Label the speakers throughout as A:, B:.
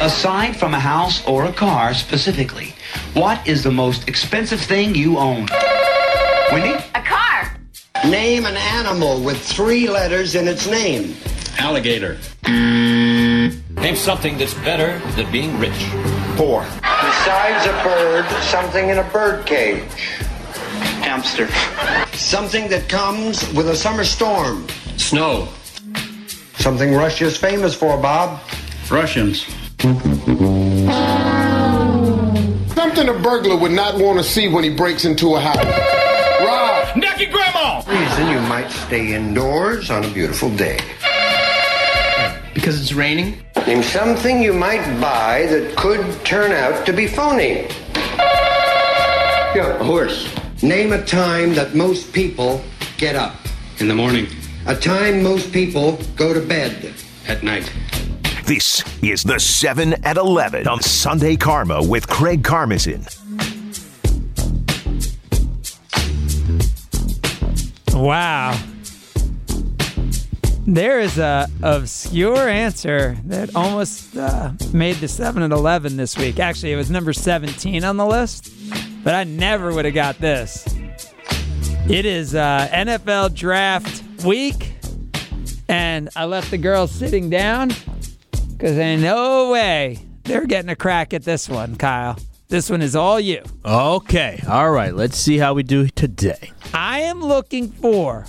A: Aside from a house or a car specifically, what is the most expensive thing you own? Wendy?
B: A car.
C: Name an animal with three letters in its name.
D: Alligator.
E: Name something that's better than being rich.
D: Four.
C: Besides a bird, something in a bird cage.
F: Hamster.
C: Something that comes with a summer storm.
D: Snow.
C: Something Russia's famous for, Bob.
D: Russians.
G: Something a burglar would not want to see when he breaks into a house. Rob.
E: Necky Grandma!
C: Reason you might stay indoors on a beautiful day.
F: Because it's raining?
C: Name something you might buy that could turn out to be phony. Yeah, a horse. Name a time that most people get up.
D: In the morning.
C: A time most people go to bed.
D: At night.
H: This is the 7 at 11 on Sunday Karma with Craig Karmazin.
I: Wow. There is a obscure answer that almost uh, made the 7 and 11 this week. Actually, it was number 17 on the list, but I never would have got this. It is uh, NFL draft week, and I left the girls sitting down because ain't no way they're getting a crack at this one, Kyle. This one is all you.
J: Okay. All right. Let's see how we do today.
I: I am looking for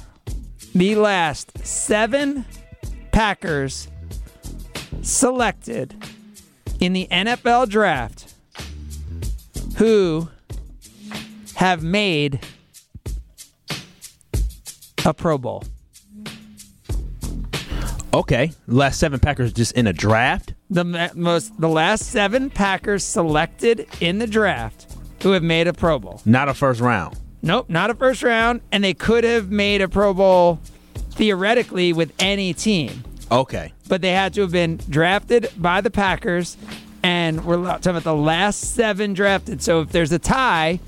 I: the last seven Packers selected in the NFL draft who have made a Pro Bowl.
J: Okay. Last seven Packers just in a draft.
I: The ma- most, the last seven Packers selected in the draft who have made a Pro Bowl.
J: Not a first round.
I: Nope, not a first round, and they could have made a Pro Bowl theoretically with any team,
J: Okay.
I: but they had to have been drafted by the Packers, and we're lo- talking about the last seven drafted. So if there's a tie,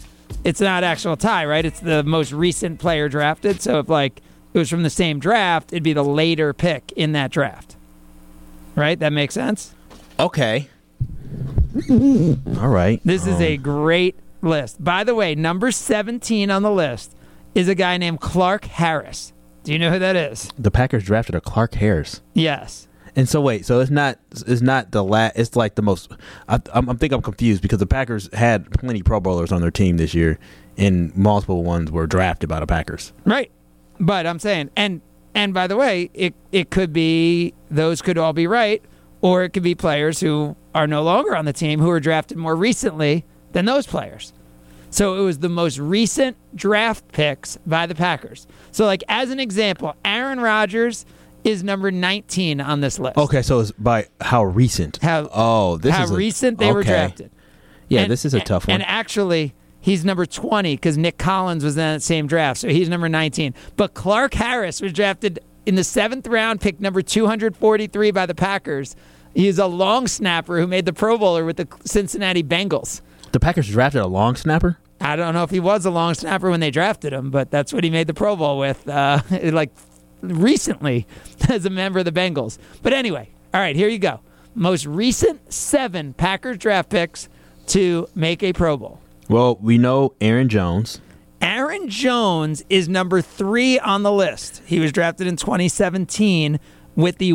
I: it's not actual tie, right? It's the most recent player drafted. So if like it was from the same draft, it'd be the later pick in that draft, right? That makes sense.
J: Okay. All right.
I: This is a great list. By the way, number 17 on the list is a guy named Clark Harris. Do you know who that is?
J: The Packers drafted a Clark Harris.
I: Yes.
J: And so wait, so it's not it's not the last. It's like the most. I, I'm, I'm think I'm confused because the Packers had plenty Pro Bowlers on their team this year, and multiple ones were drafted by the Packers.
I: Right. But I'm saying and and by the way, it it could be those could all be right or it could be players who are no longer on the team who were drafted more recently than those players. So it was the most recent draft picks by the Packers. So like as an example, Aaron Rodgers is number 19 on this list.
J: Okay, so it's by how recent?
I: How-
J: oh, this
I: how
J: is a-
I: recent they were
J: okay.
I: drafted.
J: Yeah,
I: And-
J: this is a
I: and-
J: tough one.
I: And actually, he's number 20 because Nick Collins was in that same draft, so he's number 19. But Clark Harris was drafted in the seventh round, pick number 243 by the Packers. He's a long snapper who made the Pro Bowler with the Cincinnati Bengals.
J: the Packers drafted a long snapper.
I: I don't know if he was a long snapper when they drafted him, but that's what he made the Pro Bowl with, uh, like recently as a member of the Bengals. But anyway, all right, here you go. Most recent seven Packers draft picks to make a Pro Bowl.
J: Well, we know Aaron Jones.
I: Aaron Jones is number three on the list. He was drafted in 2017 with the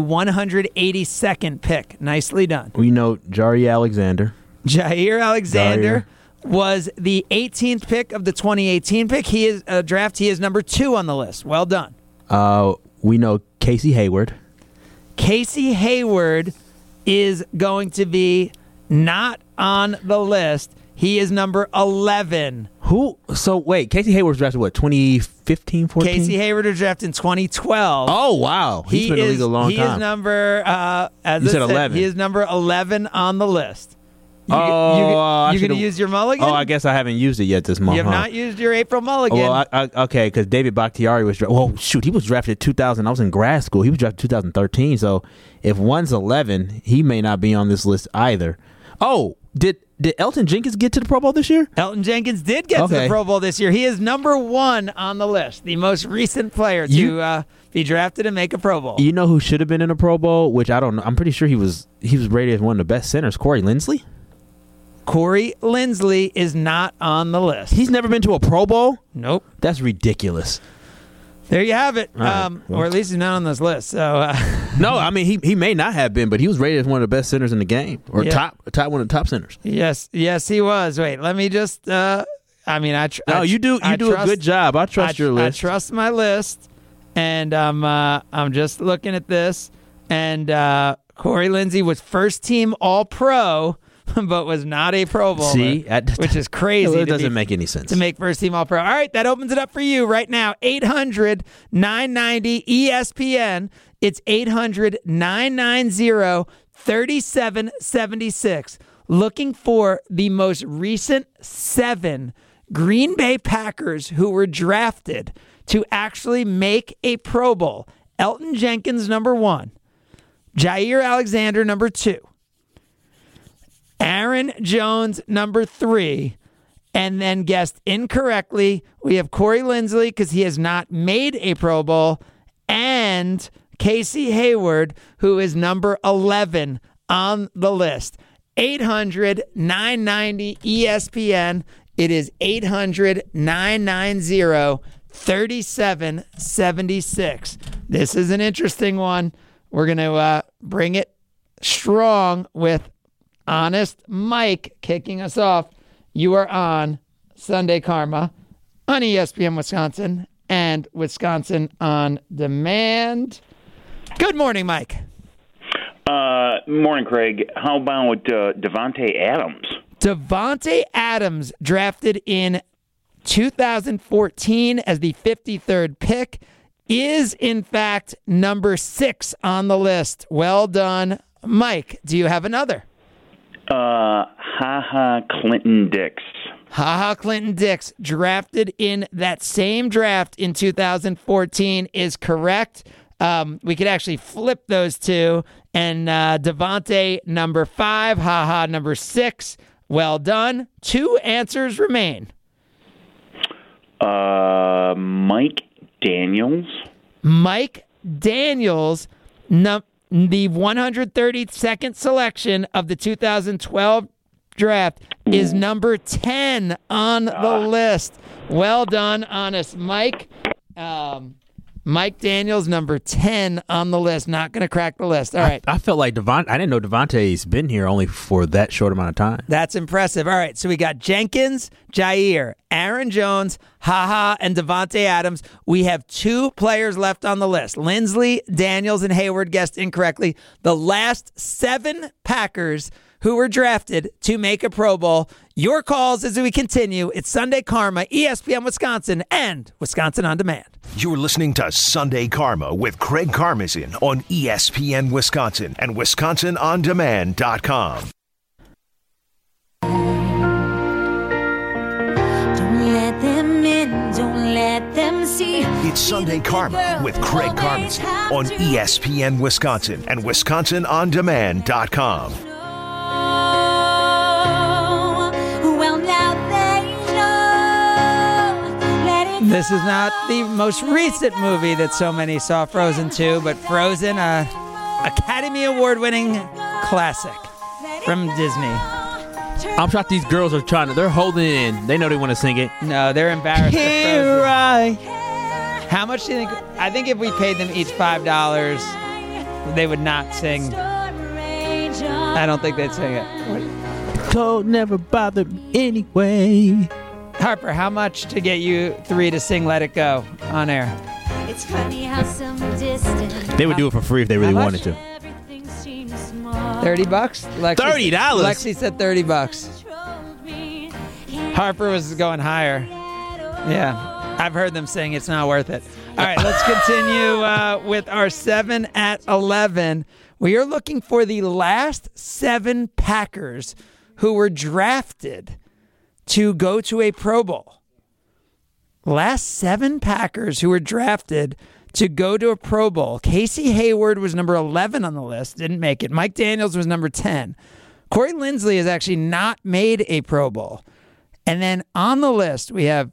I: 182nd pick. Nicely done.
J: We know Jari Alexander.
I: Jair Alexander was the 18th pick of the 2018 pick. He is uh, draft. He is number two on the list. Well done.
J: Uh, we know Casey Hayward.
I: Casey Hayward is going to be not on the list. He is number 11.
J: Who? So wait, Casey Hayward was drafted what 2015, 14?
I: Casey Hayward was drafted in 2012.
J: Oh wow, he's
I: he
J: been
I: is,
J: in the league a long
I: he
J: time.
I: is number uh, as
J: You
I: I
J: said 11.
I: He is number eleven on the list. You,
J: Oh, I
I: you, you
J: should've-
I: gonna use your mulligan?
J: Oh, I guess I haven't used it yet this month.
I: you have
J: huh?
I: not used your April mulligan.
J: Well, I, I, okay, because David Bakhtiari was drafted. Well, shoot, he was drafted 2000. I was in grad school. He was drafted 2013. So if one's 11, he may not be on this list either. Oh, did did Elton Jenkins get to the Pro Bowl this year?
I: Elton Jenkins did get to the
J: Okay.
I: Pro Bowl this year. He is number one on the list, the most recent player to
J: You-
I: uh, be drafted and make a Pro Bowl.
J: You know who should have been in a Pro Bowl, which I don't know. I'm pretty sure he was he was rated as one of the best centers, Corey Lindsley.
I: Corey Lindsley is not on the list.
J: He's never been to a Pro Bowl?
I: Nope.
J: That's ridiculous.
I: There you have it.
J: All right,
I: um,
J: well.
I: Or at least he's not on this list. So uh,
J: No, I mean he he may not have been, but he was rated as one of the best centers in the game or
I: Yeah.
J: top top one of the top centers.
I: yes, yes, he was. Wait, let me just. Uh, I mean, I. Tr- I
J: No,
I: tr-
J: you do you
I: I
J: do a
I: trust-
J: good job. I trust
I: I,
J: your list.
I: I trust my list, and I'm uh, I'm just looking at this, and uh, Corey Lindsey was first team All Pro, but was not a Pro Bowler.
J: See, I-
I: which is crazy.
J: It
I: to
J: doesn't
I: be-
J: make any sense.
I: to make first team All Pro. All right, that opens it up for you right now. 800 990 ESPN. It's 800 990 3776. Looking for the most recent seven Green Bay Packers who were drafted to actually make a Pro Bowl. Elton Jenkins, number one. Jair Alexander, number two. Aaron Jones, number three. And then guessed incorrectly, we have Corey Lindsley because he has not made a Pro Bowl, and Casey Hayward, who is number 11 on the list. 800 990 ESPN. It is 800 990 3776. This is an interesting one. We're going to uh, bring it strong with Honest Mike kicking us off. You are on Sunday Karma on E ESPN Wisconsin and Wisconsin on Demand. Good morning, Mike.
B: Uh, morning, Craig. How about uh, Devonte Adams?
I: Devonte Adams drafted in 2014 as the 53rd pick is in fact number 6 on the list. Well done, Mike. Do you have another?
B: Uh, haha, Clinton Dix.
I: Haha Clinton Dix, drafted in that same draft in 2014, is correct. Um, we could actually flip those two. And uh, Devontae, number five. Haha, number six. Well done. Two answers remain.
B: Uh, Mike Daniels.
I: Mike Daniels, num- the 132nd selection of the 2012 draft, is number 10 on the list. Well done, honest Mike. Um, Mike Daniels, number 10 on the list. Not going to crack the list. All right.
J: I felt like Devon. I didn't know Devontae's been here only for that short amount of time.
I: That's impressive. All right, so we got Jenkins, Jair, Aaron Jones, Haha, and Devontae Adams. We have two players left on the list. Lindsley, Daniels, and Hayward guessed incorrectly. The last seven Packers who were drafted to make a Pro Bowl. Your calls as we continue. It's Sunday Karma, E ESPN Wisconsin, and Wisconsin On Demand.
H: You're listening to Sunday Karma with Craig Karmazin on E ESPN Wisconsin and WisconsinOnDemand.com.
K: Don't let them in, don't let them see.
H: It's Sunday Karma with Craig Karmazin on E ESPN Wisconsin and WisconsinOnDemand.com.
K: Oh, well, now they know. Let it
I: This is not the most recent movie that so many saw Frozen 2, but Frozen, a Academy Award winning classic from Disney. Um,
J: I'm shocked these girls are trying to. They're holding it in. They know they want to sing it.
I: No, they're embarrassed. with
J: Here
I: Frozen.
J: I.
I: How much do you think? I think if we paid them each $5, they would not sing.
K: rage on.
I: I don't think they'd sing it.
J: Cold never bothered me anyway.
I: Harper, how much to get you three to sing Let It Go on air?
K: It's funny how some distance.
J: They would do it for free if they really
I: How
J: wanted
I: much?
J: to.
K: Everything seems small.
I: 30 bucks?
J: $30?
I: Lexi, Lexi said 30 bucks.
K: Controlled me.
I: Harper was going higher. Yeah, I've heard them saying it's not worth it. All right, let's continue uh, with our seven at 11. We are looking for the last seven Packers who were drafted to go to a Pro Bowl. Last seven Packers who were drafted to go to a Pro Bowl. Casey Hayward was number 11 on the list, didn't make it. Mike Daniels was number 10. Corey Lindsley has actually not made a Pro Bowl. And then on the list, we have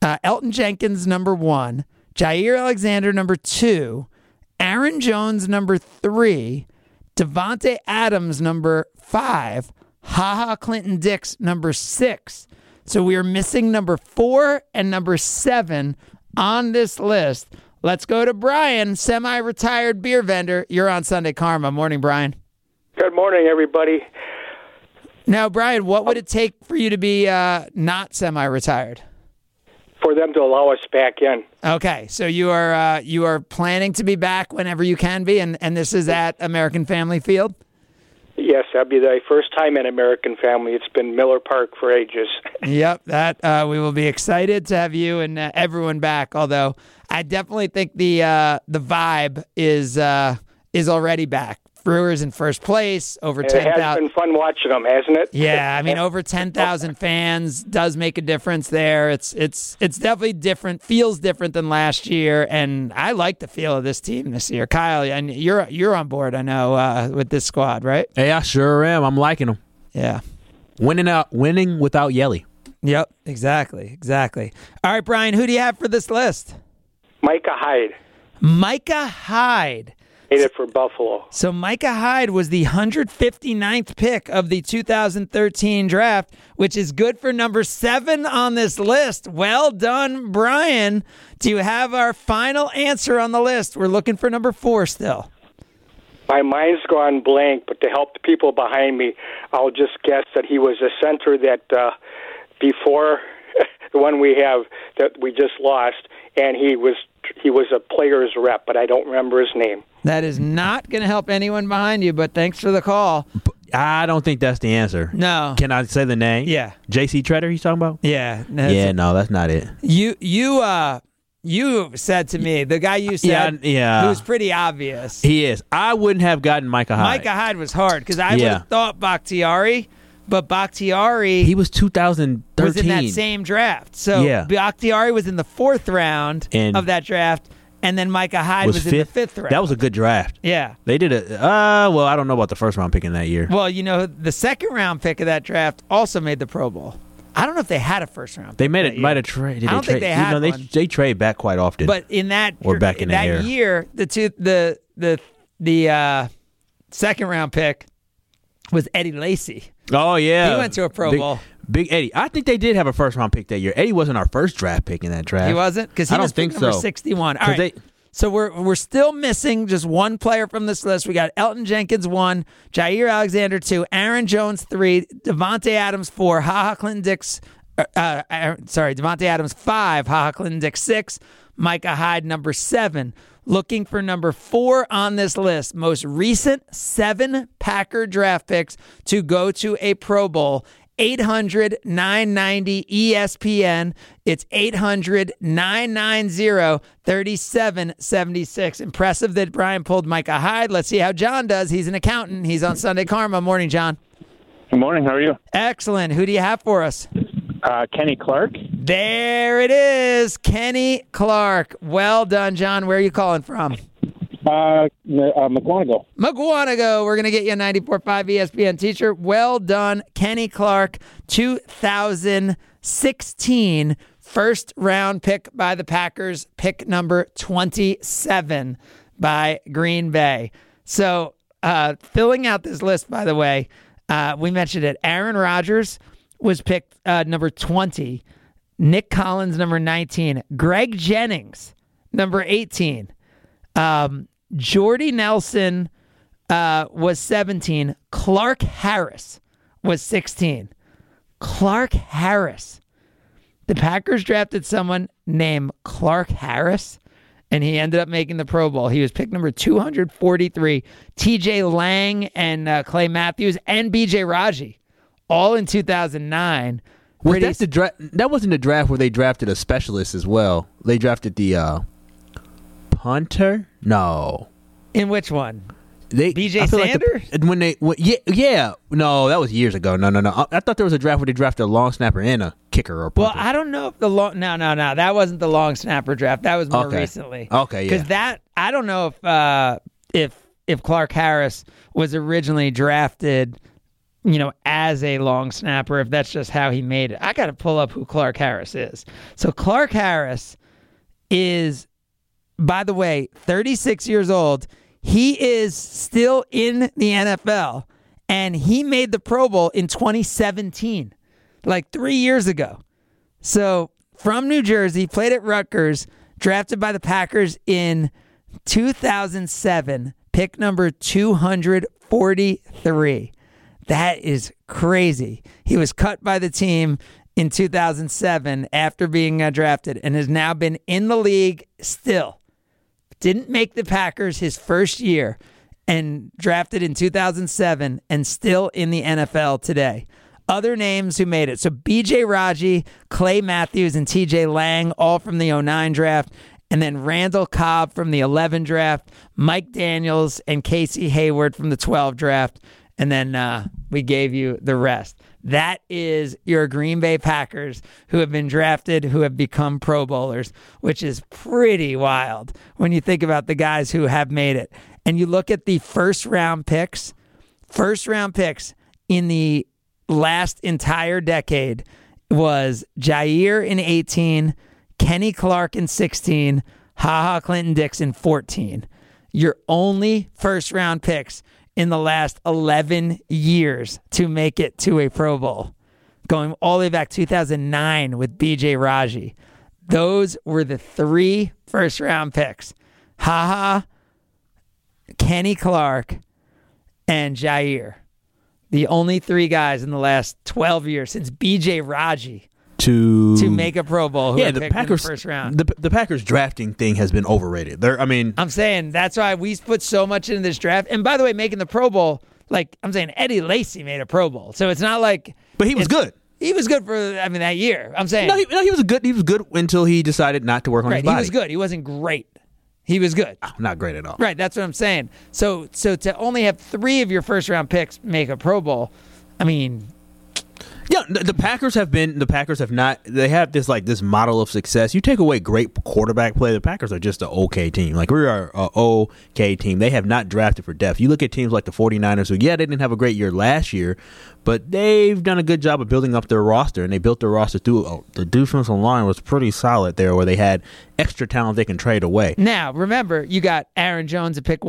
I: uh, Elton Jenkins, number one, Jair Alexander, number two, Aaron Jones, number three, Devontae Adams, number five, Haha Clinton Dix, number six. So we are missing number four and number seven on this list. Let's go to Brian, semi retired beer vendor. You're on Sunday Karma. Morning, Brian.
L: Good morning, everybody.
I: Now, Brian, what would it take for you to be uh, not semi retired?
L: For them to allow us back in.
I: Okay, so you are uh, you are planning to be back whenever you can be, and, and this is at American Family Field.
L: Yes, that'd be the first time in American Family. It's been Miller Park for ages.
I: Yep, that uh, we will be excited to have you and uh, everyone back. Although I definitely think the uh, the vibe is uh, is already back. Brewers in first place, over
L: And it
I: ten
L: has
I: thousand.
L: been fun watching them, hasn't it?
I: Yeah, I mean over 10,000 fans does make a difference there. It's it's it's definitely different. Feels different than last year and I like the feel of this team this year. Kyle, and you're you're on board, I know, uh, with this squad, right?
J: Hey, I sure am. I'm liking them.
I: Yeah.
J: Winning out, winning without Yelly.
I: Yep, exactly. Exactly. All right, Brian, who do you have for this list?
L: Micah Hyde
I: Micah Hyde.
L: made it for Buffalo.
I: So Micah Hyde was the 159th pick of the 2013 draft, which is good for number seven on this list. Well done, Brian. Do you have our final answer on the list? We're looking for number four still.
L: My mind's gone blank, but to help the people behind me, I'll just guess that he was a center that uh, before the one we have that we just lost, and he was he was a player's rep, but I don't remember his name.
I: That is not going to help anyone behind you, but thanks for the call.
J: I don't think that's the answer.
I: No.
J: Can I say the name?
I: Yeah.
J: J.C. Treader, he's talking about?
I: Yeah.
J: yeah, no, that's not it.
I: You you uh you said to me the guy you said
J: Yeah, yeah.
I: who's pretty obvious.
J: He is. I wouldn't have gotten Micah Hyde.
I: Micah Hyde was hard because I would
J: Yeah.
I: have thought Bakhtiari, but Bakhtiari
J: He was 2013.
I: was in that same draft. So
J: Yeah.
I: Bakhtiari was in the fourth round
J: And-
I: of that draft, and then Micah Hyde was, in the fifth round.
J: That was a good draft.
I: yeah.
J: They did a. Uh, well, I don't know about the first round picking that year.
I: Well, you know, the second round pick of that draft also made the Pro Bowl. I don't know if they had a first round,
J: They made it. Might have traded.
I: I don't
J: they
I: think
J: trade-
I: they had
J: you know,
I: one.
J: They, they trade back quite often.
I: but in that
J: We're back in the
I: that
J: air.
I: year, the two the the the uh, second round pick was Eddie Lacy.
J: oh yeah,
I: He went to a Pro
J: Big-
I: Bowl.
J: Big Eddie. I think they did have a first round pick that year. Eddie wasn't our first draft pick in that draft.
I: He wasn't because he
J: I don't
I: was
J: think
I: pick number
J: so.
I: sixty-one. All
J: 'Cause
I: right. so we're we're still missing just one player from this list. We got Elton Jenkins one, Jair Alexander two, Aaron Jones three, Devonte Adams four, Haha Clinton Dix. Uh, uh, Aaron- sorry, Devonte Adams five, Haha Clinton Dix six, Micah Hyde number seven. Looking for number four on this list, most recent seven Packer draft picks to go to a Pro Bowl. 800 990 ESPN. It's 800 990 3776. Impressive that Brian pulled Micah Hyde. Let's see how John does. He's an accountant. He's on Sunday Karma. Morning, John.
M: Good morning. How are you?
I: Excellent. Who do you have for us?
M: Uh, Kenny Clark.
I: There it is. Kenny Clark. Well done, John. Where are you calling from?
M: Uh, uh, McGonagall.
I: McGuanago, we're going to get you a 94.5 ESPN teacher. Well done, Kenny Clark, 2016 first round pick by the Packers, pick number 27 by Green Bay. So, uh, filling out this list, by the way, uh, we mentioned it. Aaron Rodgers was picked uh, number 20, Nick Collins, number 19, Greg Jennings, number 18. Um, Jordy Nelson uh, was 17. Clark Harris was 16. Clark Harris. The Packers drafted someone named Clark Harris, and he ended up making the Pro Bowl. He was pick number 243. TJ Lang and uh, Clay Matthews and BJ Raji, all in 2009.
J: Was that the draft? That wasn't the draft where they drafted a specialist as well. They drafted the uh, punter. No,
I: In which one?
J: They
I: BJ
J: I feel like the- when they when, yeah yeah no that was years ago. No no no. I, I thought there was a draft where they drafted a long snapper and a kicker or punter.
I: Well, I don't know if the long no no no that wasn't the long snapper draft. That was more
J: Okay.
I: recently.
J: Okay, yeah.
I: Because that I don't know if uh, if if Clark Harris was originally drafted, you know, as a long snapper. If that's just how he made it, I got to pull up who Clark Harris is. So Clark Harris is by the way, 36 years old. He is still in the NFL, and he made the Pro Bowl in 2017, like three years ago. So from New Jersey, played at Rutgers, drafted by the Packers in 2007, pick number 243. That is crazy. He was cut by the team in 2007 after being uh, drafted and has now been in the league still. Didn't make the Packers his first year and drafted in 2007 and still in the NFL today. Other names who made it. So BJ Raji, Clay Matthews, and TJ Lang, all from the 09 draft. And then Randall Cobb from the 11 draft, Mike Daniels, and Casey Hayward from the 12 draft. And then uh, we gave you the rest. That is your Green Bay Packers who have been drafted, who have become Pro Bowlers, which is pretty wild when you think about the guys who have made it. And you look at the first round picks, first round picks in the last entire decade was Jair in 18, Kenny Clark in 16, Haha Clinton Dix in 14. Your only first round picks in the last 11 years to make it to a Pro Bowl, going all the way back 2009 with BJ Raji. Those were the three first round picks. Haha, Kenny Clark, and Jair. The only three guys in the last 12 years since BJ Raji
J: to
I: to make a Pro Bowl who
J: yeah,
I: were
J: the
I: picked in the
J: Packers
I: first round.
J: The, the Packers drafting thing has been overrated. There, I mean,
I: I'm saying that's why we put so much into this draft. And by the way, making the Pro Bowl, like I'm saying, Eddie Lacy made a Pro Bowl, so it's not like.
J: But he was good.
I: He was good for I mean that year. I'm saying
J: no, he, no, he was a good. He was good until he decided not to work on
I: right.
J: his
I: He
J: body.
I: was good. He wasn't great. He was good.
J: Not great at all.
I: Right, that's what I'm saying. So so to only have three of your first round picks make a Pro Bowl, I mean,
J: Yeah, the, the Packers have been. The Packers have not. They have this like this model of success. You take away great quarterback play, the Packers are just an okay team. Like we are a okay team. They have not drafted for depth. You look at teams like the 49ers, who yeah, they didn't have a great year last year, but they've done a good job of building up their roster, and they built their roster through oh, the defensive line was pretty solid there, where they had extra talent they can trade away.
I: Now, remember, you got Aaron Jones at pick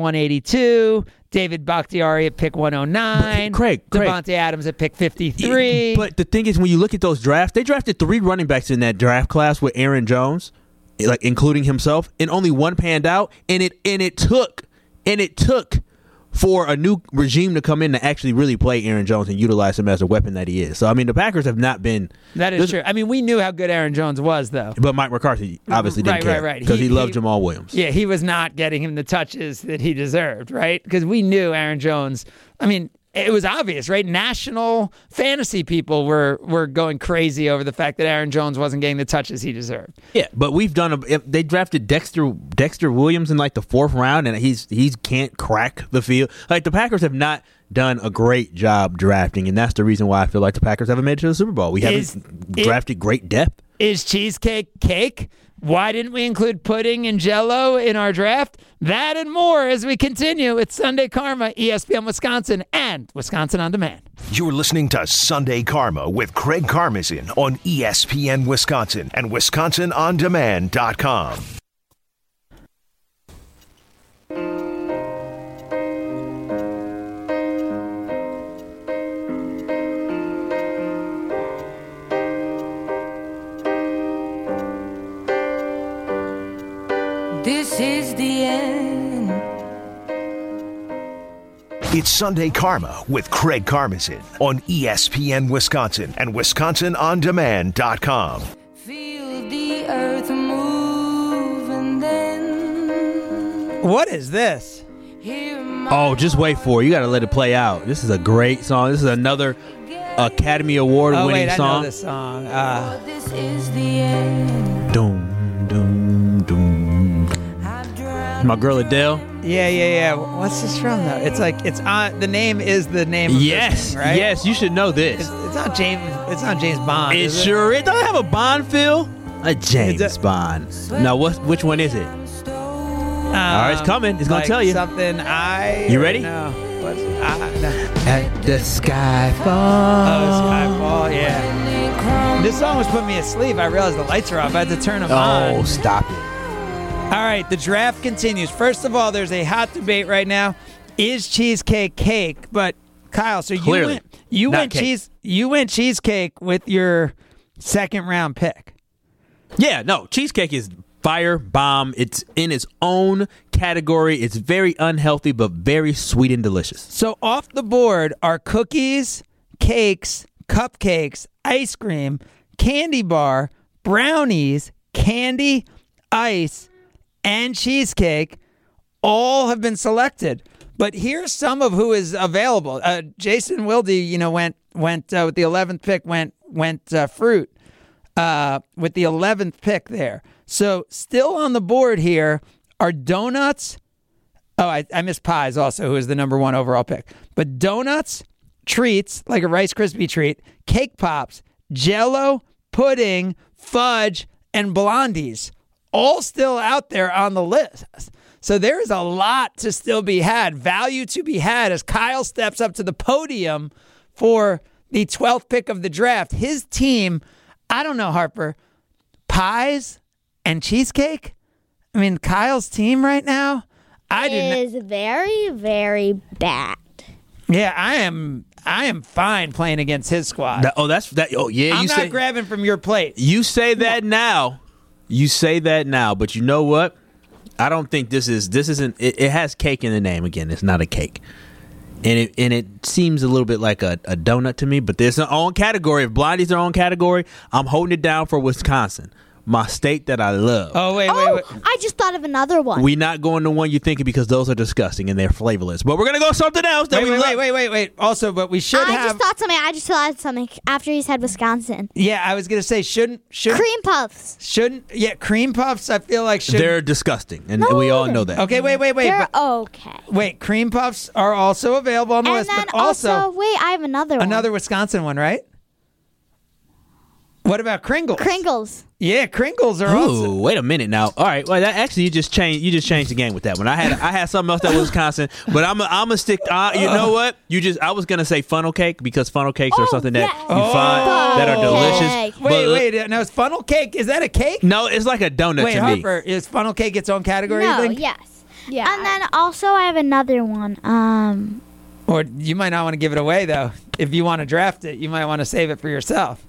I: 182, David Bakhtiari at pick 109, Craig,
J: Craig.
I: Devontae Adams at pick 53.
J: But the thing is, when you look at those drafts, they drafted three running backs in that draft class with Aaron Jones, eh, like including himself, and only one panned out. And it and it took and it took for a new regime to come in to actually really play Aaron Jones and utilize him as a weapon that he is. So I mean, the Packers have not been.
I: that is
J: this-
I: true. I mean, we knew how good Aaron Jones was, though.
J: But Mike McCarthy obviously didn't care
I: Right, right, right.
J: because
I: He-
J: he, loved
I: he-
J: Jamal Williams.
I: Yeah, he was not getting him the touches that he deserved, right? Because we knew Aaron Jones. I mean, it was obvious, right? National fantasy people were were going crazy over the fact that Aaron Jones wasn't getting the touches he deserved.
J: Yeah, but we've done a. if They drafted Dexter Dexter Williams in like the fourth round, and he's he's can't crack the field. Like the Packers have not done a great job drafting, and that's the reason why I feel like the Packers haven't made it to the Super Bowl. We haven't
I: Is it-
J: drafted great depth.
I: Is cheesecake cake? Why didn't we include pudding and jello in our draft? That and more as we continue. It's Sunday Karma, E ESPN Wisconsin, and Wisconsin On Demand.
H: You're listening to Sunday Karma with Craig Karmazin on E ESPN Wisconsin and WisconsinOnDemand.com.
K: This is the end.
H: It's Sunday Karma with Craig Karmazin on E ESPN Wisconsin and WisconsinOnDemand.com.
K: Feel the earth move and then
I: What is this?
J: Oh, just wait for it. You got to let it play out. This is a great song. This is another Academy Award
I: Oh,
J: winning
I: wait, I
J: song.
I: know this song. Uh,
K: this is the end.
J: Doom, doom, doom. My girl Adele.
I: yeah, yeah, yeah. What's this from though? It's like it's on. The name is the name. Of this
J: Yes,
I: thing, right?
J: yes, you should know this.
I: It's not James. It's not James Bond.
J: It
I: is
J: sure is. Don't it have a Bond feel? A James Bond. Now, what? Which one is it?
I: All
J: right, it's coming. It's gonna tell you.
I: Um, something. I.
J: You ready?
I: No. What's, I, no.
J: At the
I: Oh,
J: skyfall.
I: Skyfall, yeah. This song was putting me asleep. I realized the lights are off. I had to turn them
J: Oh,
I: on.
J: stop it!
I: All right, the draft continues. First of all, there's a hot debate right now: is cheesecake cake? But Kyle, so you
J: Clearly,
I: went you
J: not
I: went
J: cake.
I: cheese you went cheesecake with your second round pick.
J: Yeah, no, cheesecake is fire bomb. It's in its own category. It's very unhealthy, but very sweet and delicious.
I: So off the board are cookies, cakes, cupcakes, ice cream, candy bar, brownies, candy, ice, and cheesecake. All have been selected. But here's some of who is available. Uh, Jason Wilde, you know, went went uh, with the 11th pick. Went went uh, fruit uh, with the 11th pick there. So still on the board here are donuts, Oh, I, I missed pies also, who is the number one overall pick. But donuts, treats, like a Rice Krispie treat, cake pops, jello, pudding, fudge, and blondies, all still out there on the list. So there is a lot to still be had, value to be had as Kyle steps up to the podium for the 12th pick of the draft. His team, I don't know, Harper, pies and cheesecake? I mean, Kyle's team right now? I did not.
N: is very, very bad.
I: Yeah, I am. I am fine playing against his squad.
J: That- oh, that's that. Oh, yeah.
I: I'm
J: you
I: not
J: say
I: grabbing from your plate.
J: you say that now. You say that now, but you know what? I don't think this is this isn't. It, it has cake in the name again. It's not a cake, and it and it seems a little bit like a, a donut to me. But there's their own category. If Blondie's their own category, I'm holding it down for Wisconsin, my state that I love.
I: Oh wait, wait, wait.
N: I just thought of another one.
J: We not going to one you thinking because those are disgusting and they're flavorless. But we're gonna go something else that
I: Wait,
J: we
I: wait,
J: love.
I: wait, wait, wait, wait. Also, but we should
N: I
I: have.
N: just thought something. I just thought of something after he said Wisconsin.
I: yeah, I was gonna say shouldn't should
N: Cream puffs.
I: shouldn't yeah cream puffs. I feel like should
J: They're disgusting, and we all know that.
I: Okay, wait, wait, wait.
N: They're
I: but-
N: okay.
I: wait, cream puffs are also available on the
N: And
I: list,
N: then
I: but
N: also,
I: also,
N: wait, I have another one.
I: another Wisconsin one, right? What about Kringles?
N: Kringles.
I: Yeah, Kringles are also.
J: Ooh, wait a minute now. All right, well, that actually you just changed you just changed the game with that one. I had I had something else that was Wisconsin, but I'm a, I'm gonna stick. Uh, you know what? You just I was gonna say funnel cake because funnel cakes
I: Oh,
J: are something that you find that are delicious.
I: Wait,
J: but-
I: Oh. wait. Now, is funnel cake? Is that a cake?
J: No, it's like a donut
I: Wait,
J: to me.
I: Harper, is funnel cake its own category? you
N: no,
I: think?
N: yes. Yeah. And then also, I have another one. Um,
I: Or you might not want to give it away though. If you want to draft it, you might want to save it for yourself.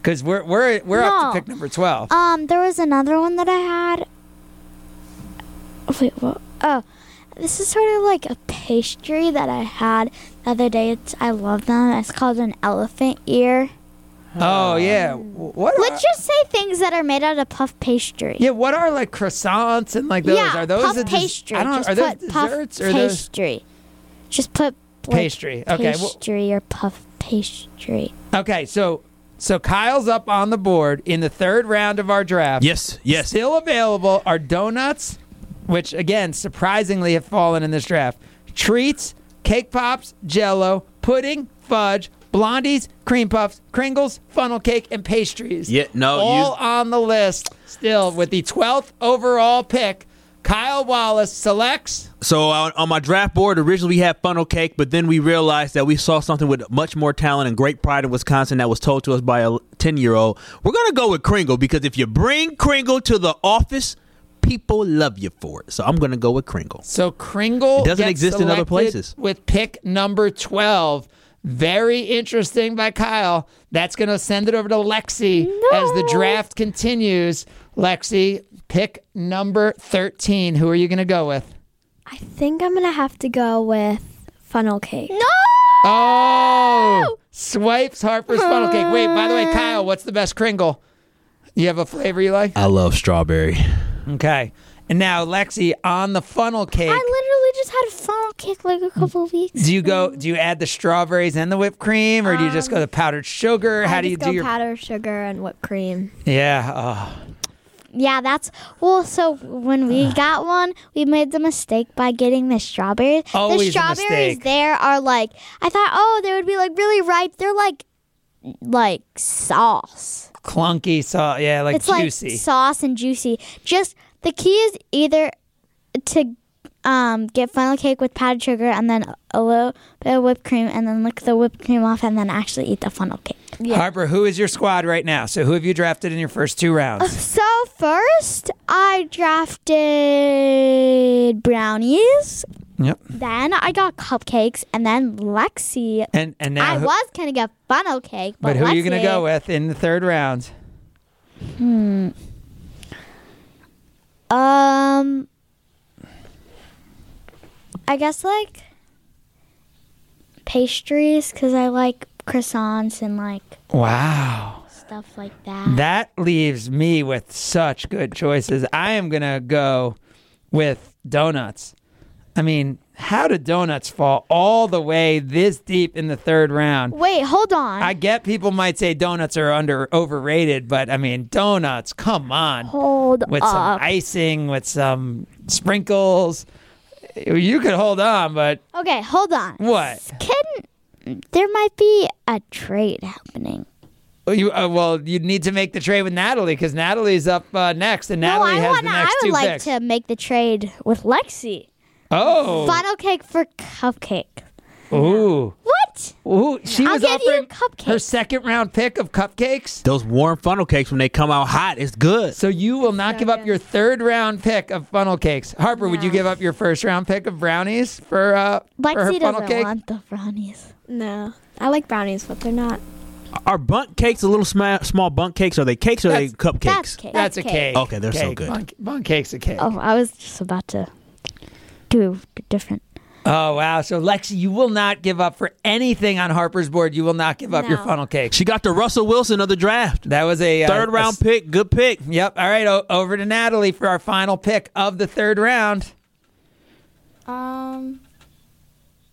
I: Because we're we're we're up
N: No.
I: to pick number twelve.
N: um, there was another one that I had. Wait, what? Oh, this is sort of like a pastry that I had the other day. It's I love them. It's called an elephant ear. Uh,
I: oh yeah.
N: um,
I: W- What? Are,
N: Let's just say things that are made out of puff pastry.
I: yeah. What are like croissants and like those?
N: Yeah,
I: are those
N: puff
I: a des-
N: pastry.
I: I don't.
N: Just
I: are those
N: put puff
I: desserts or those?
N: pastry. Just put like,
I: Pastry. Okay, well-
N: Pastry or puff pastry.
I: Okay, so so Kyle's up on the board in the third round of our draft.
J: Yes, yes.
I: Still available are donuts, which again surprisingly have fallen in this draft. Treats, cake pops, jello, pudding, fudge, blondies, cream puffs, Kringles, funnel cake, and pastries.
J: Yeah, no, you-
I: all on the list still with the twelfth overall pick. Kyle Wallace selects.
J: So on, on my draft board, originally we had funnel cake, but then we realized that we saw something with much more talent and great pride in Wisconsin that was told to us by a ten year old. We're gonna go with Kringle because if you bring Kringle to the office, people love you for it. So I'm gonna go with Kringle.
I: So Kringle
J: It doesn't
I: gets
J: exist in other
I: selected
J: places.
I: With pick number twelve, very interesting by Kyle. That's going to send it over to Lexi as the draft continues. Lexi, pick number thirteen. Who are you going to go with?
O: I think I'm gonna have to go with funnel cake. No.
I: Oh, swipes Harper's funnel cake. Wait, by the way, Kyle, what's the best Kringle? You have a flavor you like?
J: I love strawberry.
I: Okay. And now Lexi on the funnel cake.
N: I literally just had a funnel cake like a couple of weeks.
I: Do you go? Do you add the strawberries and the whipped cream, or do you just go the powdered sugar? How
O: Um, I
I: do you
O: just
I: do
O: go
I: your?
O: powder sugar and whipped cream?
I: yeah. Oh.
N: Yeah, that's well. So when we got one, we made the mistake by getting the strawberries.
I: Always
N: the
I: a
N: strawberries
I: mistake.
N: there are like I thought. Oh, they would be like really ripe. They're like like sauce.
I: Clunky sauce. Yeah, like
N: it's
I: juicy.
N: like sauce and juicy. Just the key is either to um, get funnel cake with powdered sugar and then a little bit of whipped cream and then lick the whipped cream off and then actually eat the funnel cake.
I: Harper, who is your squad right now? So who have you drafted in your first two rounds?
N: So first, I drafted brownies.
I: Yep.
N: Then I got cupcakes, and then Lexi.
I: And and now
N: I
I: who-
N: was gonna get funnel cake, but,
I: But who are you going to
N: Lexi-
I: go with in the third round?
N: Hmm. Um. I guess like pastries because I like croissants and like
I: Wow.
N: stuff like that.
I: That leaves me with such good choices. I am going to go with donuts. I mean, how do donuts fall all the way this deep in the third round?
N: Wait, hold on.
I: I get people might say donuts are under overrated, but I mean donuts. Come on,
N: Hold
I: with some
N: up.
I: icing, with some sprinkles. You could hold on, but
N: okay, hold on.
I: what?
N: Can there might be a trade happening?
I: Oh, You uh, well, you need to make the trade with Natalie because Natalie's up uh, next, and Natalie
N: no, I
I: has
N: wanna-
I: the next
N: I would
I: two
N: like
I: picks.
N: to make the trade with Lexi.
I: Oh,
N: Funnel cake for cupcake.
I: ooh,
N: What?
I: ooh! She
N: I'll
I: was
N: give you
I: offering her second round pick of cupcakes.
J: Those warm funnel cakes when they come out hot, it's good.
I: So you will not give up your third round pick of funnel cakes. Harper, would you give up your first round pick of brownies for uh for her
O: Lexi
I: funnel
O: doesn't
I: cake?
O: want
N: the brownies.
O: No, I like brownies, but they're not.
J: Are bunk cakes the little sma- small bunk cakes? Are they cakes or are they cupcakes?
O: that's cake. That's
I: That's a cake.
J: Okay, they're so
I: Cake.
J: good.
I: Bun, bun cake's a cake.
N: Oh, I was just about to do different.
I: Oh wow! So Lexi, you will not give up for anything on Harper's board. You will not give up your
J: No.
I: funnel cake.
J: She got the Russell Wilson of the draft.
I: That was a
J: Third round
I: pick. Good pick. Yep. All right. O- over to Natalie for our final pick of the third round.
P: Um,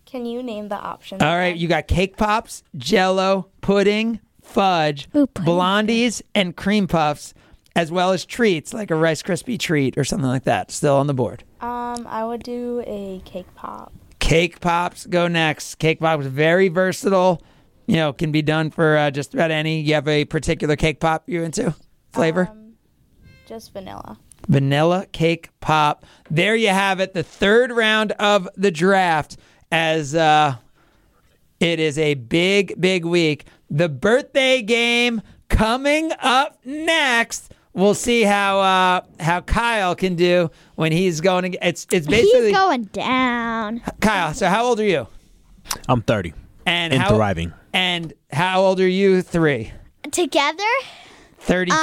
P: can you name the options?
I: All right. You got cake pops, Jello, pudding, fudge, blondies, and cream puffs, as well as treats like a Rice Krispie treat or something like that. Still on the board.
P: Um, I would do a cake pop.
I: Cake pops go next. Cake pops very versatile. You know, can be done for uh, just about any. You have a particular cake pop you're into flavor.
P: Um, Just vanilla.
I: Vanilla Cake Pop. There you have it, the third round of the draft. As uh, it is a big, big week. The birthday game coming up next. We'll see how uh, how Kyle can do when he's going. To, it's it's basically
N: He's going down.
I: Kyle. So how old are you?
J: I'm 30
I: And,
J: And
I: how,
J: thriving.
I: And how old are you? Three.
N: Together?
I: 32,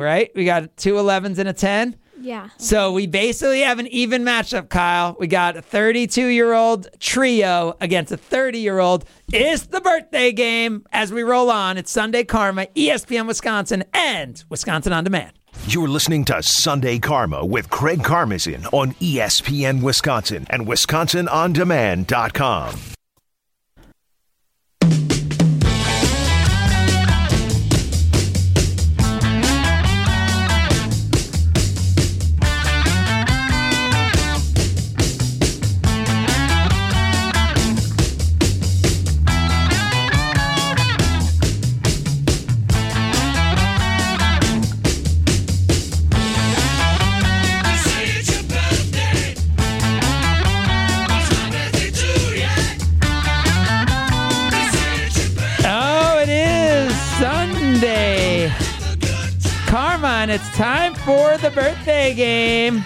I: right? We got two 11s and a 10.
O: Yeah.
I: So we basically have an even matchup, Kyle. We got a 32 year old trio against a 30 year old. It's the birthday game as we roll on. It's Sunday Karma, E ESPN Wisconsin, and Wisconsin On Demand.
H: You're listening to Sunday Karma with Craig Karmazin on E ESPN Wisconsin and WisconsinOnDemand.com.
I: Oh, it is Sunday. Carmine, it's time for the birthday game.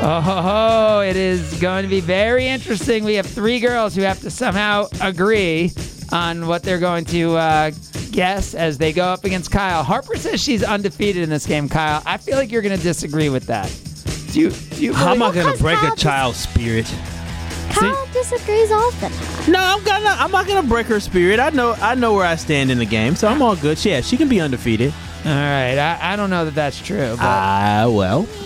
I: Oh, it is going to be very interesting. We have three girls who have to somehow agree on what they're going to uh, guess as they go up against Kyle. Harper says she's undefeated in this game, Kyle. I feel like you're going to disagree with that. Do you, do you
J: How am I
I: really-
J: gonna break a child's spirit?
N: Kyle disagrees often.
J: No, I'm gonna. I'm not gonna break her spirit. I know. I know where I stand in the game, so I'm all good. Yeah, she can be undefeated.
I: All right. I, I don't know that that's true. But...
J: Ah, well.
I: All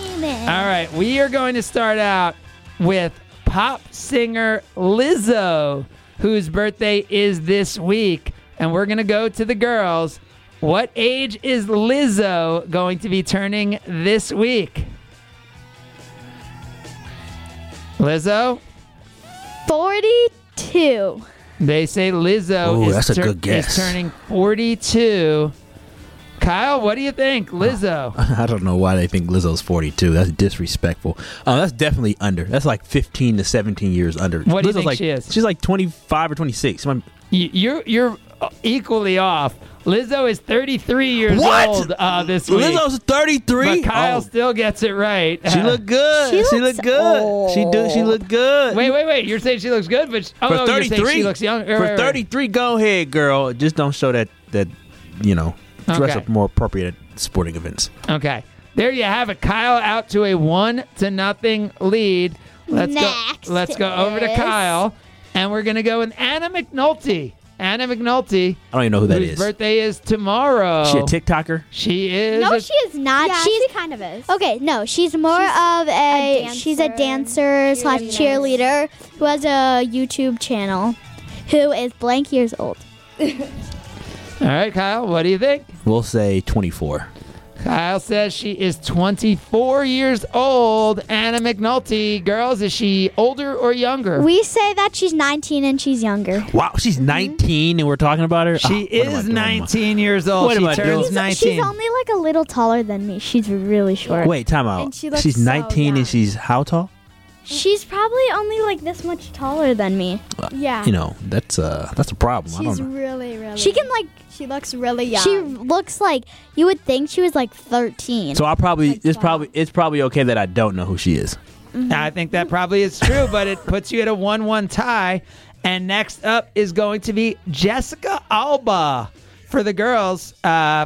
I: right, we are going to start out with pop singer Lizzo, whose birthday is this week. And we're going to go to the girls. What age is Lizzo going to be turning this week? Lizzo?
N: 42.
I: They say Lizzo
J: Ooh,
I: is,
J: that's a good
I: is
J: guess.
I: turning 42. Kyle, what do you think? Lizzo.
J: I don't know why they think Lizzo's 42. That's disrespectful. Uh, that's definitely under. That's like 15 to 17 years under.
I: What do you
J: Lizzo's
I: think
J: like,
I: she is?
J: She's like 25 or 26. Am I-
I: Y- You're you're equally off. Lizzo is 33 years
J: What?
I: old uh, this week.
J: Lizzo's 33?
I: But Kyle
J: Oh.
I: still gets it right.
J: She look good. She She looks look good. She do- she look good.
I: Wait, wait, wait. You're saying she looks good, but oh,
J: for
I: no, you're
J: 33,
I: saying she looks young. Right,
J: for
I: right, right.
J: 33, go ahead, girl. Just don't show that that you know dress
I: Okay.
J: up more appropriate at sporting events.
I: Okay. There you have it. Kyle out to a one to nothing lead. Let's
Q: Next
I: go. Let's go over to
Q: is-
I: Kyle, and we're gonna go with Anna McNulty. Anna McNulty.
J: I don't even know who that
I: whose Oh.
J: is.
I: birthday is tomorrow.
J: She a TikToker?
I: She is.
N: No,
I: a-
N: she is not.
O: Yeah,
N: she's
O: she kind of is.
N: okay. No, she's more of a, she's a dancer slash cheerleader who has a YouTube channel, who is blank years old.
I: All right, Kyle. What do you think?
J: We'll say 24.
I: Kyle says she is 24 years old. Anna McNulty, girls, is she older or younger?
N: We say that she's 19 and she's younger.
J: Wow, she's
N: Mm-hmm.
J: 19 and we're talking about her. Ah,
I: She is 19 years old.
J: What
I: she
J: am I doing?
I: turns
J: She's-
I: 19.
N: She's only like a little taller than me. She's really short.
J: Wait, time out.
N: And she looks
J: she's
N: so
J: 19 and she's how tall?
N: She's probably only like this much taller than me.
J: You know that's uh that's a problem. I don't
O: She's
J: know.
O: really, really.
N: She can like
O: She looks really young.
N: she looks like you would think she was like 13.
J: So I probably it's probably it's probably okay that I don't know who she is.
I: I think that probably is true, but it puts you at a 1 1 tie. And next up is going to be Jessica Alba for the girls, uh,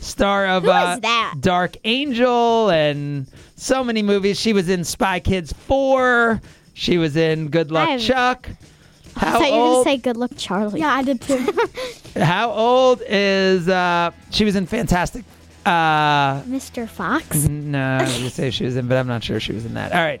I: star of
N: Who is
I: uh,
N: that?
I: Dark Angel and so many movies. She was in Spy Kids 4, she was in Good Luck
N: I've-
I: Chuck.
N: I
I: How
N: thought you were gonna
I: old,
N: say good luck, Charlie. Yeah, I did too.
I: how old is uh, she? Was in Fantastic. Uh,
N: Mr. Fox.
I: No, I was gonna say she was in, but I'm not sure she was in that. All right,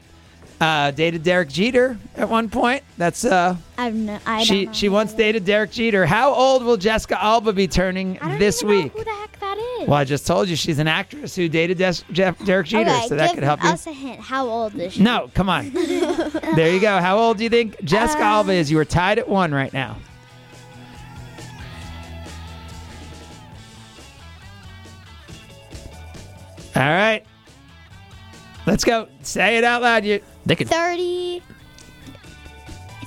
I: uh, dated Derek Jeter at one point. That's uh,
N: I've no. I don't
I: she
N: know.
I: she once dated Derek Jeter. How old will Jessica Alba be turning this week?
N: Who the heck that is?
I: Well, I just told you she's an actress who dated Des- Jeff- Derek Jeter,
N: okay,
I: so that
N: give
I: could help you.
N: us a hint. How old is she?
I: No, come on. there you go. How old do you think Jessica Alba is? You are tied at one right now. All right. Let's go. Say it out loud. You. They could.
N: 30.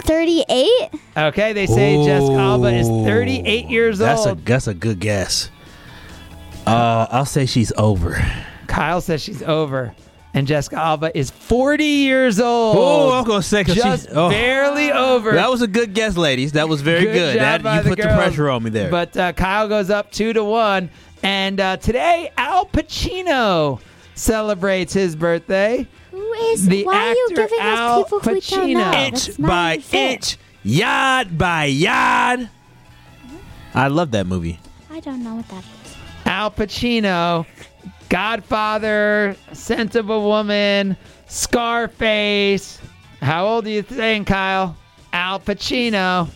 N: 38?
I: Okay, they say Jessica Alba is 38 years
J: That's a
I: old.
J: that's a good guess. Uh, I'll say she's over.
I: Kyle says she's over, and Jessica Alba is 40 years old.
J: Oh, I'm gonna say 'cause
I: just
J: she's- oh.
I: barely over.
J: That was a good guess, ladies. That was very good.
I: job
J: That-
I: by
J: you put the,
I: girls.
J: pressure on me there.
I: But uh, Kyle goes up two to one. And uh, today, Al Pacino celebrates his birthday.
N: Who is
I: the
N: why are
I: actor
N: you giving us
I: Al
N: people who we
I: Pacino?
N: don't know? That's
J: inch by inch, yard by yard. I love that movie.
N: I don't know what that is.
I: Al Pacino, Godfather, Scent of a Woman, Scarface. How old are you saying, Kyle? Al Pacino.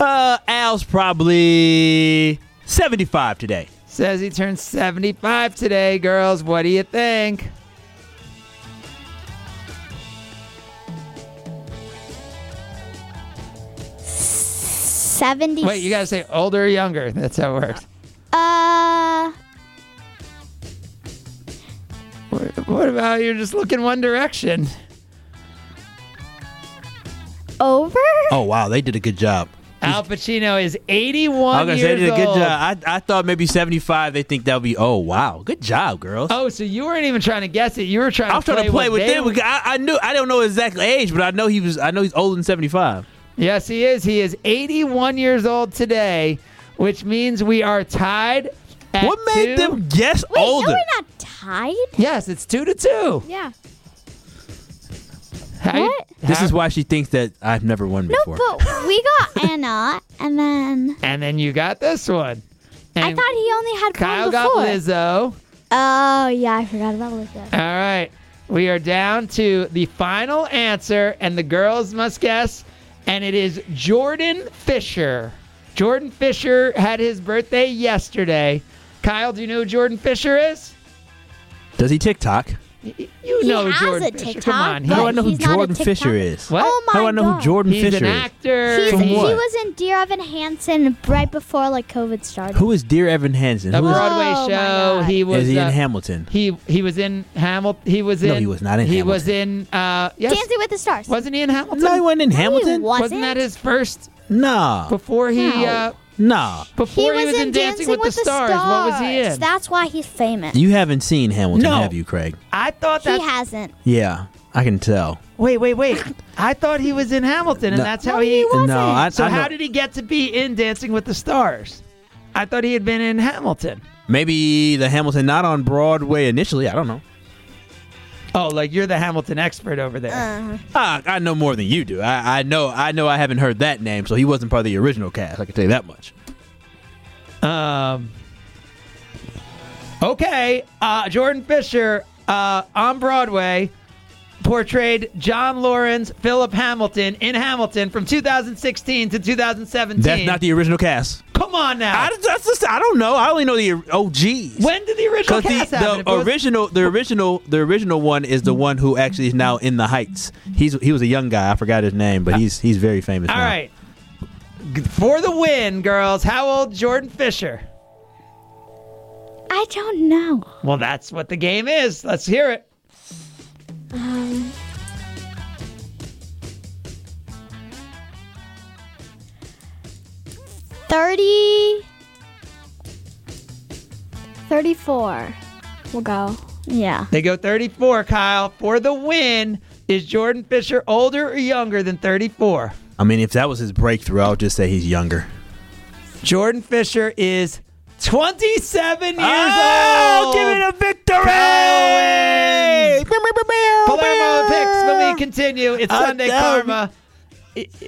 J: Uh, Al's probably 75 today.
I: Says he turns 75 today, girls. What do you think?
N: Seventy.
I: Wait, you gotta say older or younger. That's how it works.
N: Uh,
I: What about you're just looking one direction?
N: over?
J: Oh wow, they did a good job.
I: Al Pacino is
J: I
I: 81
J: was gonna
I: years
J: say they did a good
I: old.
J: job. I, I thought maybe 75. They think that'll be. Oh wow, good job, girls.
I: Oh, so you weren't even trying to guess it. You were trying.
J: I was
I: to
J: trying to play
I: what
J: with
I: they
J: them.
I: would-
J: I, I knew I don't know his exact age, but I know he was. I know he's older than 75.
I: Yes, he is. He is 81 years old today, which means we are tied. At
J: What made
I: two.
J: them guess
N: Wait,
J: older?
N: no, we're not tied.
I: Yes, it's two to two.
N: Yeah.
I: How you-
N: What?
J: This is why she thinks that I've never won
N: No,
J: before.
N: Oh, but we got Anna, and then
I: And then you got this one.
N: I
I: And
N: thought he only had
I: Kyle
N: one
I: got
N: before.
I: Lizzo.
N: Oh yeah, I forgot about Lizzo.
I: All right. We are down to the final answer, and the girls must guess. And it is Jordan Fisher. Jordan Fisher had his birthday yesterday. Kyle, do you know who Jordan Fisher is?
J: Does he TikTok?
I: You
N: He
I: know
N: has
I: Jordan
N: a
I: Fisher.
N: TikTok,
I: Come on,
N: but How do I know who he's not a Jordan Fisher TikTok- is?
I: What?
N: Oh
I: How do
N: my
I: I know who
N: God.
I: Jordan
J: He's an
I: Fisher is?
J: actor.
N: He's,
J: From
N: he
J: what?
N: was in Dear Evan Hansen right before like COVID started.
J: Who is Dear Evan Hansen?
I: A
J: Who is-
I: Broadway
N: Oh, my
I: show. He was
J: Is he in
I: uh,
J: Hamilton?
I: He he was in Hamilton. He was in.
J: No, he was not in
I: He was in. Uh, yes.
N: Dancing with the Stars.
I: Wasn't he in Hamilton?
J: No, he wasn't in Hamilton.
I: wasn't. that his first?
J: Nah.
I: Before he.
N: No.
I: Uh,
J: Nah.
I: before he was, in Dancing, with, the, stars. What was he in?
N: That's why he's famous.
J: You haven't seen Hamilton,
I: No.
J: have you, Craig?
I: I thought
N: he
I: that.
N: hasn't.
J: Yeah, I can tell.
I: Wait, wait, wait. I thought he was in Hamilton, and
J: No.
I: that's how he.
J: wasn't. No, I-
I: so
J: I
I: how
J: know-
I: did he get to be in Dancing with the Stars? I thought he had been in Hamilton.
J: Maybe the Hamilton not on Broadway initially. I don't know.
I: Oh, like you're the Hamilton expert over there.
J: Ah, I know more than you do. I, I know. I know. I haven't heard that name, so he wasn't part of the original cast. I can tell you that much.
I: Um. Okay, uh, Jordan Fisher uh, on Broadway portrayed John Lawrence Philip Hamilton in Hamilton from 2016 to 2017.
J: That's not the original cast.
I: Come on now.
J: I, that's just, I don't know. I only know the OGs.
I: when Ah. did the original
J: Because
I: cast happen?
J: the,
I: If it
J: the
I: was-
J: original, the original, the original one is the one who actually is now in the Heights. He's he was a young guy. I forgot his name,
I: Ah.
J: but he's he's very famous.
I: All
J: now.
I: right. G- For the win, girls. How old Jordan Fisher?
N: I don't know.
I: Well, that's what the game is. Let's hear it.
O: Um,
N: Thirty.
O: 34. We'll go.
N: Yeah.
I: They go 34, Kyle. For the win, is Jordan Fisher older or younger than 34?
J: I mean, if that was his breakthrough, I would just say he's younger.
I: Jordan Fisher is 27 years old.
J: give it
I: a victory! Palermo picks when we continue. It's
J: Uh,
I: Sunday
J: no.
I: Karma.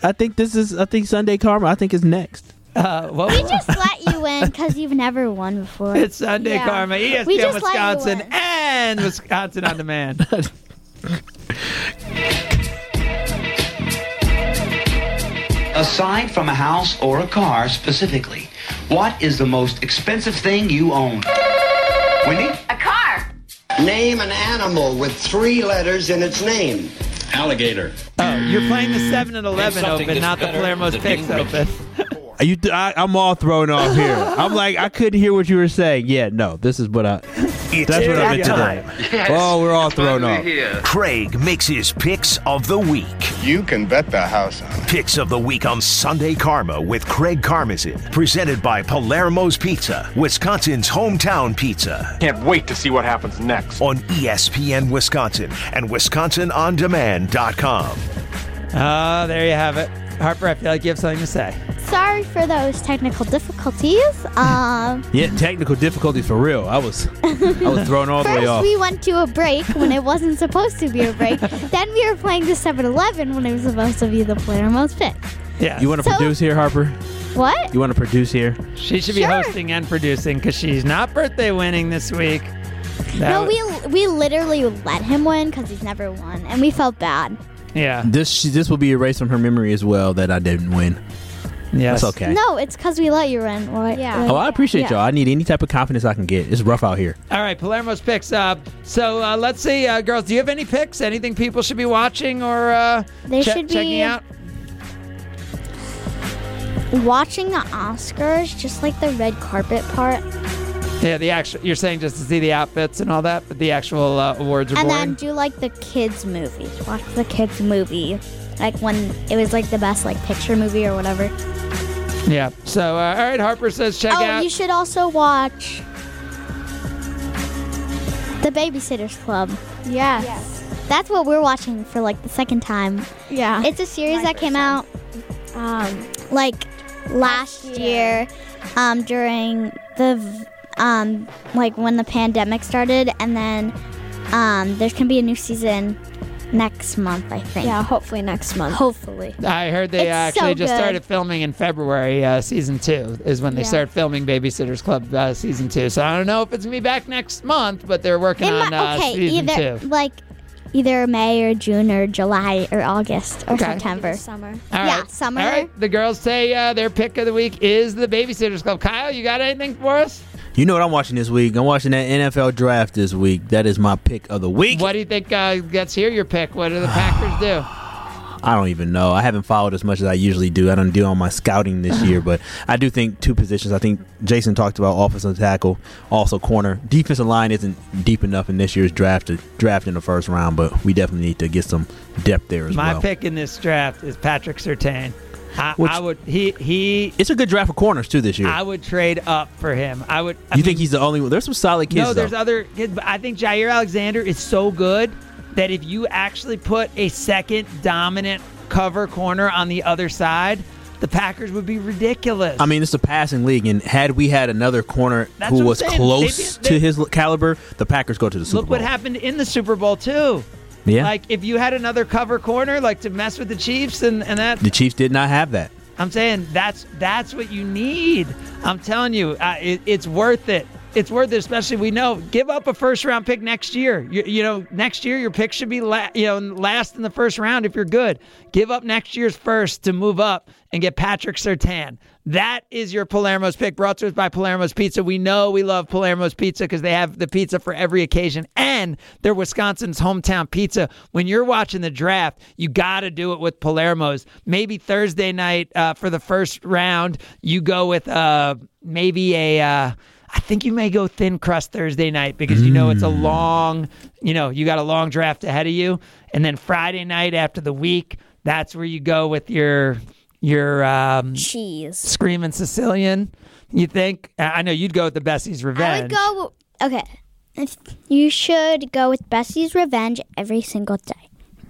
J: I think this is. I think Sunday Karma. I think is next.
I: Uh, what
N: We just let you win because you've never won before.
I: It's Sunday
N: Yeah.
I: Karma, E
N: We
I: ESPN
N: just let you
I: Wisconsin,
N: win.
I: and Wisconsin on Demand.
A: Aside from a house or a car specifically, what is the most expensive thing you own? Wendy?
Q: A car.
C: Name an animal with three letters in its name.
D: Alligator.
I: Oh, you're playing the 7 and 11 open, not the Palermo's picks open.
J: Are you? I, I'm all thrown off here. I'm like, I couldn't hear what you were saying. Yeah, no, this is what I. that's what I'm into. today. Oh, we're all thrown off.
H: Craig makes his picks of the week. You can bet the house on it. Picks of the week on Sunday Karma with Craig Karmazin, presented by Palermo's Pizza, Wisconsin's hometown pizza. Can't wait to see what happens next on E ESPN Wisconsin and WisconsinOnDemand.com.
I: Oh, there you have it. Harper, I feel like you have something to say.
N: Sorry for those technical difficulties. Um,
J: Yeah, technical difficulties for real. I was, I was thrown all the way
N: first
J: off.
N: we went to a break when it wasn't supposed to be a break. then we were playing the 7-Eleven when it was supposed to be the Palermo's pick.
I: Yeah.
J: You want to
N: So-
J: produce here, Harper?
N: What?
J: You want to produce here?
I: She should be hosting and producing because she's not birthday winning this week. That
N: no,
I: wa-
N: we we literally let him win because he's never won, and we felt bad.
I: Yeah.
J: This she- this will be erased from her memory as well that I didn't win.
I: Yes.
J: That's okay.
N: No, it's because we let you win. Right? Yeah.
J: Oh, I appreciate y'all. I need any type of confidence I can get. It's rough out here.
I: All right, Palermo's picks. Uh, so uh, let's see, uh, girls. Do you have any picks? Anything people should be watching or uh,
N: They
I: che-
N: should be-
I: checking out?
N: Watching the Oscars, just like the red carpet part,
I: Yeah, the actual. You're saying just to see the outfits and all that, but the actual uh, awards are
N: and
I: boring.
N: then do like the kids movies. Watch the kids movie, like when it was like the best like picture movie or whatever.
I: yeah. So uh, all right, Harper says check
N: oh,
I: out.
N: you should also watch the Babysitters Club.
O: Yes.
N: That's what we're watching for like the second time.
O: Yeah.
N: It's a series that came out um, like last year, um, during the v- um, like when the pandemic started, and then um, there's gonna be a new season next month, I think.
O: Yeah, hopefully next month.
N: Hopefully.
I: I heard they
N: It's
I: actually
N: so
I: just
N: good.
I: started filming in February. Uh, season two is when they
N: Yeah.
I: start filming Babysitters Club uh, season two. So I don't know if it's gonna be back next month, but they're working
N: It
I: on
N: mi-
I: uh,
N: okay,
I: season
N: either
I: two.
N: like either May or June or July or August or
I: Okay.
N: September.
O: Summer.
I: All
N: yeah,
I: right.
N: summer.
I: All right, the girls say uh, their pick of the week is the Babysitters Club. Kyle, you got anything for us?
J: You know what I'm watching this week? I'm watching that NFL draft this week. That is my pick of the week.
Q: What do you think uh, gets here? Your pick. What do the Packers do?
J: I don't even know. I haven't followed as much as I usually do. I don't do all my scouting this year, but I do think two positions. I think Jason talked about offensive tackle, also corner. Defensive line isn't deep enough in this year's draft to draft in the first round, but we definitely need to get some depth there as
I: My
J: well.
I: pick in this draft is Patrick Sertain. I,
J: Which-
I: I would he he.
J: It's a good draft for corners too this year.
I: I would trade up for him. I would. I
J: you think he's the only one? There's some solid kids.
I: no, there's
J: though.
I: other kids, but I think Jair Alexander is so good that if you actually put a second dominant cover corner on the other side, the Packers would be ridiculous.
J: I mean, it's a passing league, and had we had another corner
I: That's what
J: who
I: I'm
J: was
I: saying.
J: close
I: They- they-
J: to his caliber, the Packers go to the Super
I: Look
J: Bowl.
I: what happened in the Super Bowl too.
J: Yeah.
I: Like if you had another cover corner, like to mess with the Chiefs and, and that
J: The Chiefs did not have that.
I: I'm saying that's that's what you need. I'm telling you, uh, it, it's worth it. It's worth it, especially we know. Give up a first round pick next year. You, you know, next year your pick should be la- you know last in the first round if you're good. Give up next year's first to move up and get Patrick Sertan. That is your Palermo's pick. Brought to us by Palermo's Pizza. We know we love Palermo's Pizza because they have the pizza for every occasion, and they're Wisconsin's hometown pizza. When you're watching the draft, you got to do it with Palermo's. Maybe Thursday night uh, for the first round, you go with uh, maybe a. Uh, I think you may go thin crust Thursday night because you know it's a long, you know, you got a long draft ahead of you, and then Friday night after the week, that's where you go with your your um,
N: cheese
I: screaming Sicilian. You think? I I know you'd go with the Bessie's
N: I
I: revenge.
N: would go. Okay, If- you should go with Bessie's Revenge every single day.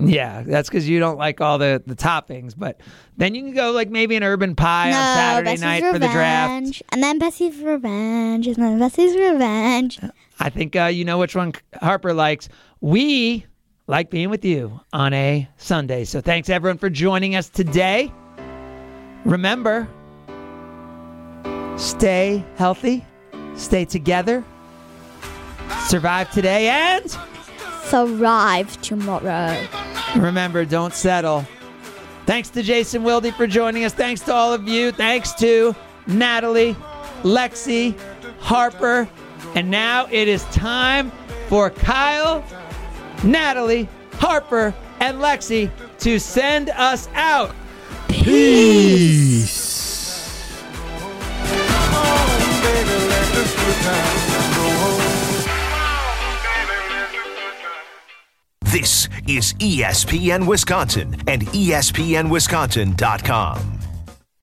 I: Yeah, that's because you don't like all the the toppings. But then you can go like maybe an urban pie on Saturday
N: Bessie's
I: night
N: Revenge,
I: for the draft.
N: and then Bessie's Revenge, and then Bessie's Revenge.
I: I think uh, you know which one Harper likes. We like being with you on a Sunday. So thanks everyone for joining us today. Remember, stay healthy, stay together, survive today, and
N: Thrive tomorrow.
I: Remember, don't settle. Thanks to Jason Wilde for joining us. Thanks to all of you. Thanks to Natalie, Lexi, Harper. And now it is time for Kyle, Natalie, Harper, and Lexi to send us out.
J: Peace.
H: E This is ESPN Wisconsin and ESPNWisconsin.com.